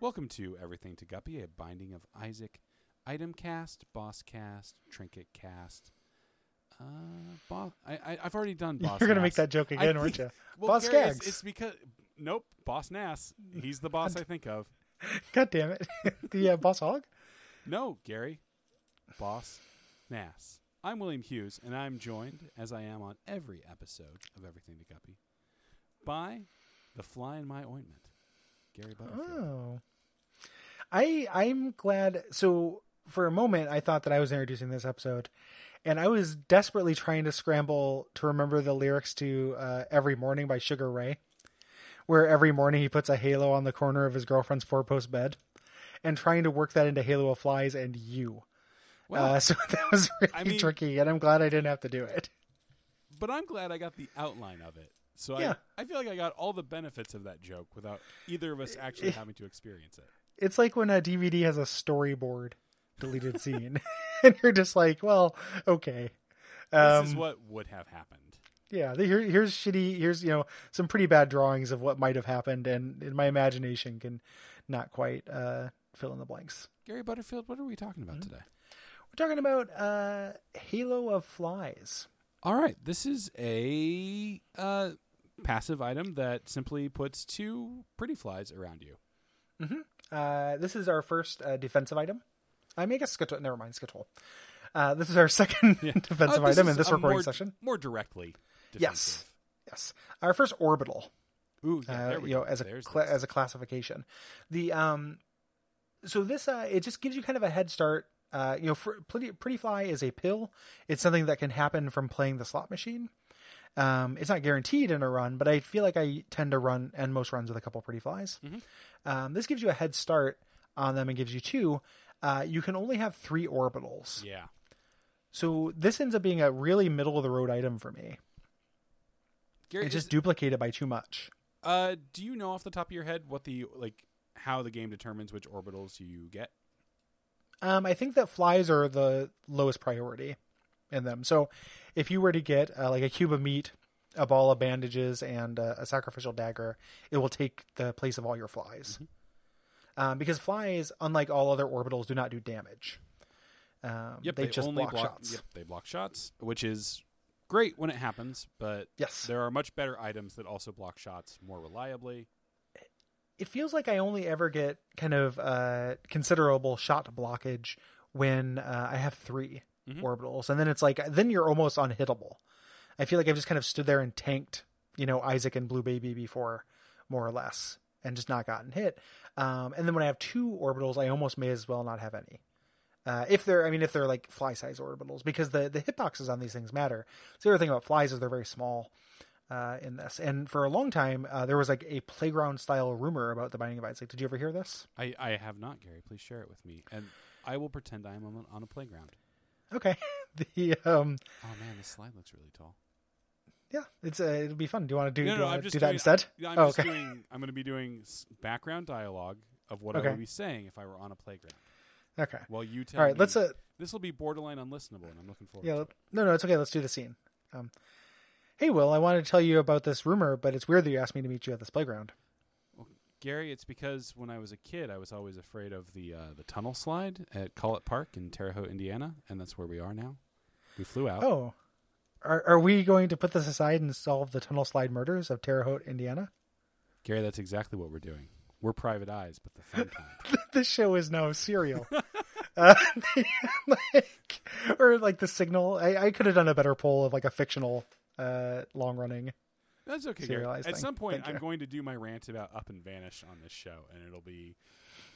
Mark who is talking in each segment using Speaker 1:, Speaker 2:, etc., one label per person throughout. Speaker 1: Welcome to Everything to Guppy, a binding of Isaac, item cast, boss cast, trinket cast. Uh, bo- I, I, I've already done boss.
Speaker 2: You're going to make
Speaker 1: Nass.
Speaker 2: that joke
Speaker 1: I
Speaker 2: again, weren't you?
Speaker 1: think- Well,
Speaker 2: boss
Speaker 1: Gary,
Speaker 2: Gags.
Speaker 1: It's, it's because nope, boss Nass. He's the boss I think of.
Speaker 2: God damn it. the uh, boss hog?
Speaker 1: No, Gary, boss Nass. I'm William Hughes, and I'm joined, as I am on every episode of Everything to Guppy, by the fly in my ointment, Gary Butterfield.
Speaker 2: Oh. I I'm glad so for a moment I thought that I was introducing this episode and I was desperately trying to scramble to remember the lyrics to uh, Every Morning by Sugar Ray where every morning he puts a halo on the corner of his girlfriend's four-post bed and trying to work that into Halo of Flies and you.
Speaker 1: Well,
Speaker 2: uh, so that was really
Speaker 1: I mean-
Speaker 2: tricky and I'm glad I didn't have to do it.
Speaker 1: but I'm glad I got the outline of it. So
Speaker 2: Yeah.
Speaker 1: I, I feel like I got all the benefits of that joke without either of us actually having to experience it.
Speaker 2: it's like when a DVD has a storyboard deleted scene, and you're just like, well, okay.
Speaker 1: This
Speaker 2: Um,
Speaker 1: is what would have happened.
Speaker 2: yeah, the- here, here's shitty. Here's you know some pretty bad drawings of what might have happened, and, and my imagination can not quite uh, fill in the blanks.
Speaker 1: Gary Butterfield, what are we talking
Speaker 2: Hmm?
Speaker 1: about today?
Speaker 2: We're talking about uh, Halo of Flies.
Speaker 1: All right, this is a uh, passive item that simply puts two pretty flies around you. Mm-hmm.
Speaker 2: Uh, this is our first uh, defensive item. I make a scuttle. Never mind, scuttle. Uh, this is our second defensive
Speaker 1: Uh, this
Speaker 2: item in
Speaker 1: is
Speaker 2: this
Speaker 1: a
Speaker 2: recording
Speaker 1: more,
Speaker 2: session.
Speaker 1: More directly.
Speaker 2: Yes.
Speaker 1: Defensive.
Speaker 2: Yes, our first orbital.
Speaker 1: Ooh, yeah,
Speaker 2: uh,
Speaker 1: there we
Speaker 2: you
Speaker 1: go.
Speaker 2: know as a
Speaker 1: There's
Speaker 2: cla
Speaker 1: this.
Speaker 2: as a classification the um so this uh it just gives you kind of a head start uh you know for, pretty pretty fly is a pill it's something that can happen from playing the slot machine um it's not guaranteed in a run but i feel like i tend to run and most runs with a couple pretty flies
Speaker 1: Mm-hmm.
Speaker 2: um this gives you a head start on them and gives you two uh you can only have three orbitals
Speaker 1: yeah.
Speaker 2: so this ends up being a really middle of the road item for me
Speaker 1: Gary,
Speaker 2: it's just
Speaker 1: is-
Speaker 2: duplicated by too much
Speaker 1: uh, do you know off the top of your head what the like how the game determines which orbitals you get?
Speaker 2: Um, I think that flies are the lowest priority in them. So, if you were to get uh, like a cube of meat, a ball of bandages, and uh, a sacrificial dagger, it will take the place of all your flies. Um, because flies, unlike all other orbitals, do not do damage. Um,
Speaker 1: Yep,
Speaker 2: they, just block, shots.
Speaker 1: Yep, they block shots, which is great when it happens, but
Speaker 2: Yes.
Speaker 1: there are much better items that also block shots more reliably.
Speaker 2: it feels like I only ever get kind of uh, considerable shot blockage when uh, I have 3
Speaker 1: Mhm.
Speaker 2: orbitals, and then it's like then you're almost unhittable. I feel like I've just kind of stood there and tanked, you know, Isaac and Blue Baby before, more or less, and just not gotten hit. Um, and then when I have two orbitals, I almost may as well not have any. Uh, if they're, I mean, if they're like fly size orbitals, because the the hitboxes on these things matter. So the other thing about flies is they're very small uh, in this. And for a long time, uh, there was like a playground style rumor about the Binding of Isaac. Did you ever hear this?
Speaker 1: I, I have not, Gary. Please share it with me, and I will pretend I am on, on a playground.
Speaker 2: Okay. The um,
Speaker 1: Oh man, this slide looks really tall.
Speaker 2: yeah, it's uh, it'll be fun. Do you want to do,
Speaker 1: No,
Speaker 2: do,
Speaker 1: no,
Speaker 2: you
Speaker 1: I'm
Speaker 2: wanna
Speaker 1: just
Speaker 2: do
Speaker 1: doing-
Speaker 2: that instead?
Speaker 1: Yeah, I'm
Speaker 2: Oh,
Speaker 1: just
Speaker 2: okay.
Speaker 1: doing. I'm going to be doing s- background dialogue of what I
Speaker 2: Okay.
Speaker 1: would be saying if I were on a playground.
Speaker 2: Okay.
Speaker 1: While you tell.
Speaker 2: All right.
Speaker 1: me-
Speaker 2: Let's uh,
Speaker 1: This will be borderline unlistenable, and I'm looking forward.
Speaker 2: yeah.
Speaker 1: to
Speaker 2: let-
Speaker 1: it.
Speaker 2: No, no, it's okay. Let's do the scene. Um, hey, Will, I wanted to tell you about this rumor, but it's weird that you asked me to meet you at this playground.
Speaker 1: Gary, it's because when I was a kid, I was always afraid of the uh, the tunnel slide at Collett Park in Terre Haute, Indiana, and that's where we are now. We flew out.
Speaker 2: Oh. Are, are we going to put this aside and solve the tunnel slide murders of Terre Haute, Indiana?
Speaker 1: Gary, that's exactly what we're doing. We're private eyes, but the fun kind.
Speaker 2: this show is now serial. uh, like, or like the signal. I, I could have done a better poll of like a fictional uh, long running.
Speaker 1: That's okay, Gary.
Speaker 2: Serialized
Speaker 1: At
Speaker 2: thing.
Speaker 1: some point,
Speaker 2: Thank
Speaker 1: I'm
Speaker 2: you.
Speaker 1: going to do my rant about Up and Vanish on this show, and it'll be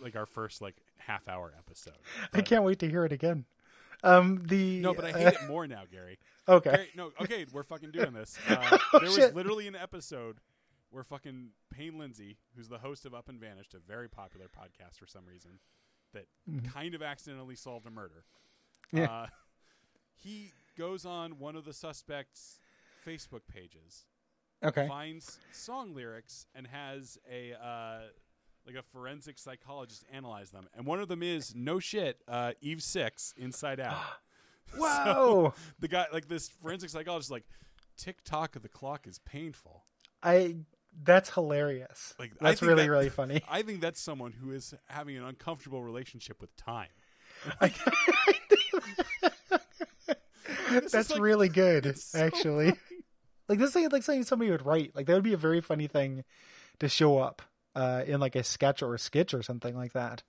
Speaker 1: like our first like half hour episode.
Speaker 2: I can't wait to hear it again. Um, the
Speaker 1: No, but I
Speaker 2: uh,
Speaker 1: hate it more now, Gary.
Speaker 2: okay. Oh,
Speaker 1: Gary, no, okay, we're fucking doing this. Uh, there was
Speaker 2: shit.
Speaker 1: literally an episode where fucking Payne Lindsay, who's the host of Up and Vanished, a very popular podcast for some reason, that kind of accidentally solved a murder.
Speaker 2: Mm-hmm. Yeah.
Speaker 1: Uh, he goes on one of the suspects' Facebook pages,
Speaker 2: okay.
Speaker 1: finds song lyrics, and has a uh, like a forensic psychologist analyze them. And one of them is no shit, uh, Eve Six, Inside Out.
Speaker 2: Whoa!
Speaker 1: the guy like this forensic psychologist is like tick tock of the clock is painful
Speaker 2: I That's hilarious.
Speaker 1: Like, I
Speaker 2: That's
Speaker 1: think
Speaker 2: really
Speaker 1: that-
Speaker 2: really funny.
Speaker 1: I think that's someone who is having an uncomfortable relationship with time. This is
Speaker 2: That's
Speaker 1: like-
Speaker 2: really good,
Speaker 1: so
Speaker 2: actually. Like this is like something somebody would write. Like that would be a very funny thing to show up uh, in like a sketch or a sketch or something like that.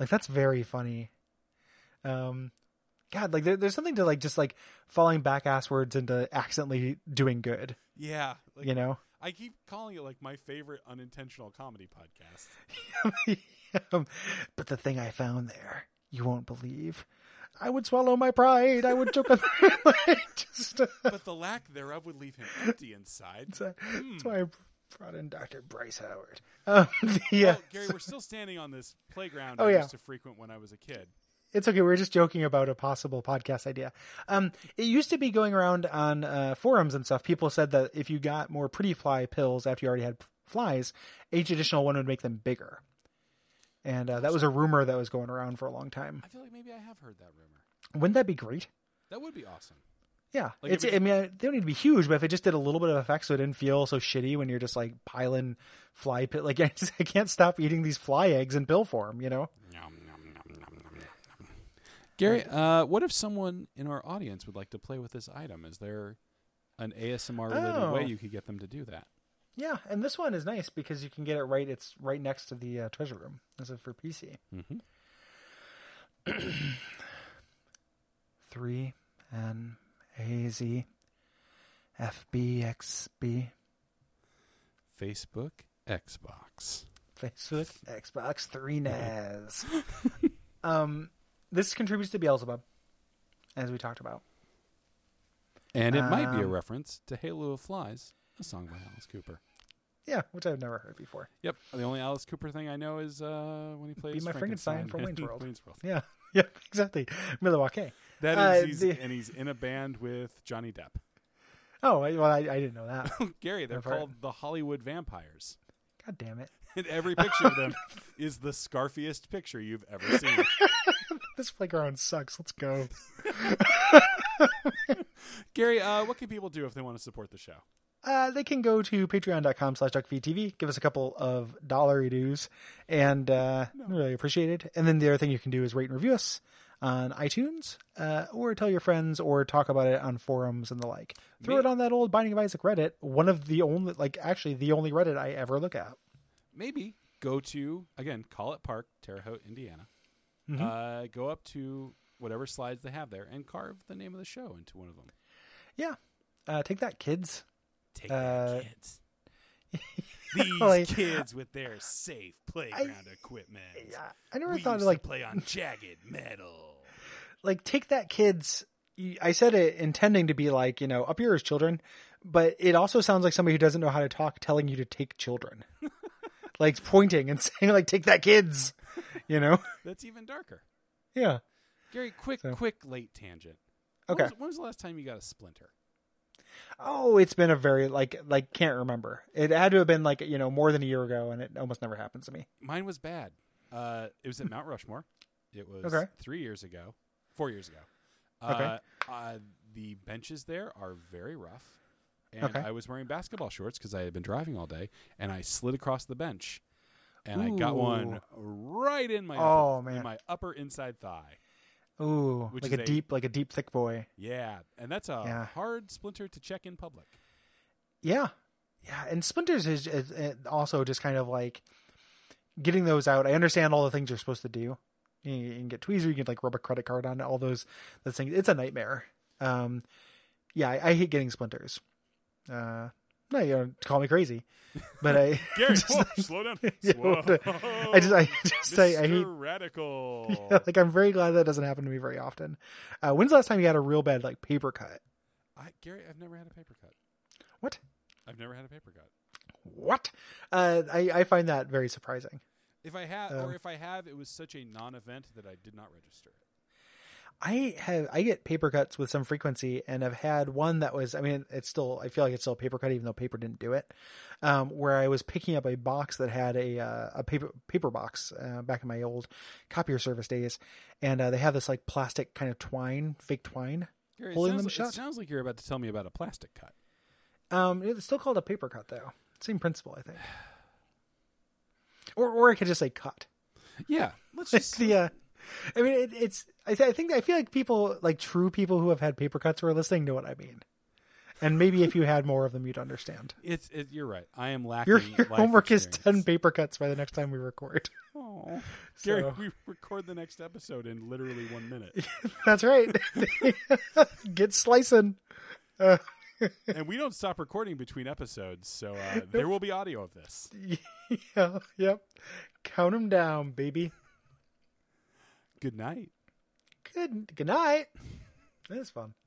Speaker 2: Like that's very funny. Um, God, like there, there's something to like just like falling back asswards into accidentally doing good.
Speaker 1: Yeah, like,
Speaker 2: you know.
Speaker 1: I keep calling it like my favorite unintentional comedy podcast.
Speaker 2: Um, but the thing I found there, you won't believe. I would swallow my pride. I would choke on just. uh,
Speaker 1: but the lack thereof would leave him empty inside.
Speaker 2: That's
Speaker 1: Hmm.
Speaker 2: why I brought in Dr. Bryce Howard. Um, yeah,
Speaker 1: Well, Gary, we're still standing on this playground
Speaker 2: Oh,
Speaker 1: I
Speaker 2: yeah.
Speaker 1: used to frequent when I was a kid.
Speaker 2: it's okay. We We're just joking about a possible podcast idea. Um, it used to be going around on uh, forums and stuff. People said that if you got more pretty fly pills after you already had flies, each additional one would make them bigger. And uh, that was a rumor that was going around for a long time.
Speaker 1: I feel like maybe I have heard that rumor.
Speaker 2: Wouldn't that be great?
Speaker 1: That would be awesome.
Speaker 2: Yeah,
Speaker 1: Like,
Speaker 2: it's.
Speaker 1: if
Speaker 2: I mean, I- they don't need to be huge, but if it just did a little bit of effect, so it didn't feel so shitty when you're just like piling fly pit. Like I, just, I can't stop eating these fly eggs in pill form. You know,
Speaker 1: Gary, uh, what if someone in our audience would like to play with this item? Is there an ASMR related
Speaker 2: Oh.
Speaker 1: way you could get them to do that?
Speaker 2: yeah. And this one is nice because you can get it right. It's right next to the uh, treasure room. This is for PC.
Speaker 1: Mhm.
Speaker 2: Three N A Z F B X B
Speaker 1: Facebook, Xbox.
Speaker 2: Facebook, Xbox, three NAS. um, this contributes to Beelzebub, as we talked about.
Speaker 1: And it might be a
Speaker 2: Um,
Speaker 1: reference to Halo of Flies, a song by Alice Cooper.
Speaker 2: Yeah, which I've never heard before.
Speaker 1: Yep. The only Alice Cooper thing I know is uh, when he plays
Speaker 2: my Frankenstein from Wayne's
Speaker 1: in
Speaker 2: World.
Speaker 1: Wayne's World.
Speaker 2: Yeah, yeah, exactly. Milwaukee.
Speaker 1: That
Speaker 2: Uh,
Speaker 1: is, he's,
Speaker 2: the-
Speaker 1: and he's in a band with Johnny Depp.
Speaker 2: Oh, I- well, I, I didn't know that.
Speaker 1: Gary, they're
Speaker 2: I've heard-
Speaker 1: called the Hollywood Vampires,
Speaker 2: God damn it!
Speaker 1: and every picture of them is the scarfiest picture you've ever seen.
Speaker 2: This playground sucks. Let's go.
Speaker 1: Gary, uh, what can people do if they want to support the show?
Speaker 2: Uh, they can go to patreon.com slash duckfeedtv, give us a couple of dollar dues, and uh, really appreciate it. And then the other thing you can do is rate and review us on iTunes, uh, or tell your friends, or talk about it on forums and the like. Throw
Speaker 1: Me-
Speaker 2: it on that old Binding of Isaac Reddit, one of the only, like, actually the only Reddit I ever look at.
Speaker 1: Maybe go to again Collett Park, Terre Haute, Indiana. Uh, go up to whatever slides they have there and carve the name of the show into one of them.
Speaker 2: Yeah. Uh, take that, kids.
Speaker 1: Take
Speaker 2: Uh,
Speaker 1: that, kids. These
Speaker 2: like-
Speaker 1: kids with their safe playground equipment.
Speaker 2: Yeah, I never
Speaker 1: we
Speaker 2: thought
Speaker 1: used
Speaker 2: of, like,
Speaker 1: to play on jagged metal.
Speaker 2: like take that kids y- i said it intending to be like you know up yours children but it also sounds like somebody who doesn't know how to talk telling you to take children like pointing and saying like take that kids you know
Speaker 1: That's even darker.
Speaker 2: yeah
Speaker 1: Gary, quick,
Speaker 2: So-
Speaker 1: quick, late tangent. When
Speaker 2: Okay.
Speaker 1: was- when was the last time you got a splinter?
Speaker 2: oh it's been a very like like can't remember it had to have been like you know more than a year ago and it almost never happens to me
Speaker 1: Mine was bad. Uh, it was at Mount Rushmore. It was
Speaker 2: Okay.
Speaker 1: three years ago, four years ago.
Speaker 2: Okay.
Speaker 1: Uh, uh, the benches there are very rough. And
Speaker 2: Okay.
Speaker 1: I was wearing basketball shorts because I had been driving all day, and I slid across the bench, and I got one
Speaker 2: Ooh.
Speaker 1: right in my
Speaker 2: Oh,
Speaker 1: upper, in
Speaker 2: man.
Speaker 1: my upper inside thigh.
Speaker 2: ooh
Speaker 1: Which
Speaker 2: like
Speaker 1: is
Speaker 2: a
Speaker 1: a-
Speaker 2: deep like a deep thick boy
Speaker 1: Yeah, and that's a
Speaker 2: Yeah.
Speaker 1: hard splinter to check in public.
Speaker 2: Yeah, yeah, and splinters is, is, is also just kind of like getting those out. I understand all the things you're supposed to do. You, you can get tweezer, you can like rub a credit card on it, all those those things. It's a nightmare. Um, yeah, I, I hate getting splinters. Uh, no, you don't call me crazy, but I
Speaker 1: Gary,
Speaker 2: just,
Speaker 1: whoa, slow down.
Speaker 2: Yeah,
Speaker 1: Slow.
Speaker 2: what I just I just I, I hate.
Speaker 1: Mr. radical.
Speaker 2: Like I'm very glad that doesn't happen to me very often. Uh, when's the last time you had a real bad like paper cut?
Speaker 1: I, Gary, I've never had a paper cut.
Speaker 2: What?
Speaker 1: I've never had a paper cut.
Speaker 2: What? Uh, I I find that very surprising.
Speaker 1: If I have,
Speaker 2: Um,
Speaker 1: or if I have, it was such a non-event that I did not register it.
Speaker 2: I have I get paper cuts with some frequency, and I've had one that was I mean it's still I feel like it's still a paper cut even though paper didn't do it, um, where I was picking up a box that had a uh, a paper paper box uh, back in my old copier service days, and uh, they have this like plastic kind of twine fake twine.
Speaker 1: Gary, it
Speaker 2: Holding
Speaker 1: sounds,
Speaker 2: them
Speaker 1: like-
Speaker 2: shut?
Speaker 1: It sounds like you're about to tell me about a plastic cut.
Speaker 2: Um, it's still called a paper cut though. Same principle, I think. Or or I could just say cut.
Speaker 1: Yeah, let's
Speaker 2: It's
Speaker 1: just
Speaker 2: the. Uh, I mean, it, it's. I, th- I think I feel like people, like true people who have had paper cuts who are listening, know what I mean. And maybe if you had more of them, you'd understand.
Speaker 1: it's it, you're right. I am lacking.
Speaker 2: Your, your
Speaker 1: life
Speaker 2: homework is ten
Speaker 1: experience.
Speaker 2: paper cuts by the next time we record.
Speaker 1: Aw. Gary,
Speaker 2: So,
Speaker 1: we record the next episode in literally one minute,
Speaker 2: that's right. Get slicing. Uh,
Speaker 1: and we don't stop recording between episodes, so uh, there will be audio of this.
Speaker 2: yeah, yep. Count them down, baby.
Speaker 1: Good night.
Speaker 2: Good good night. That was fun.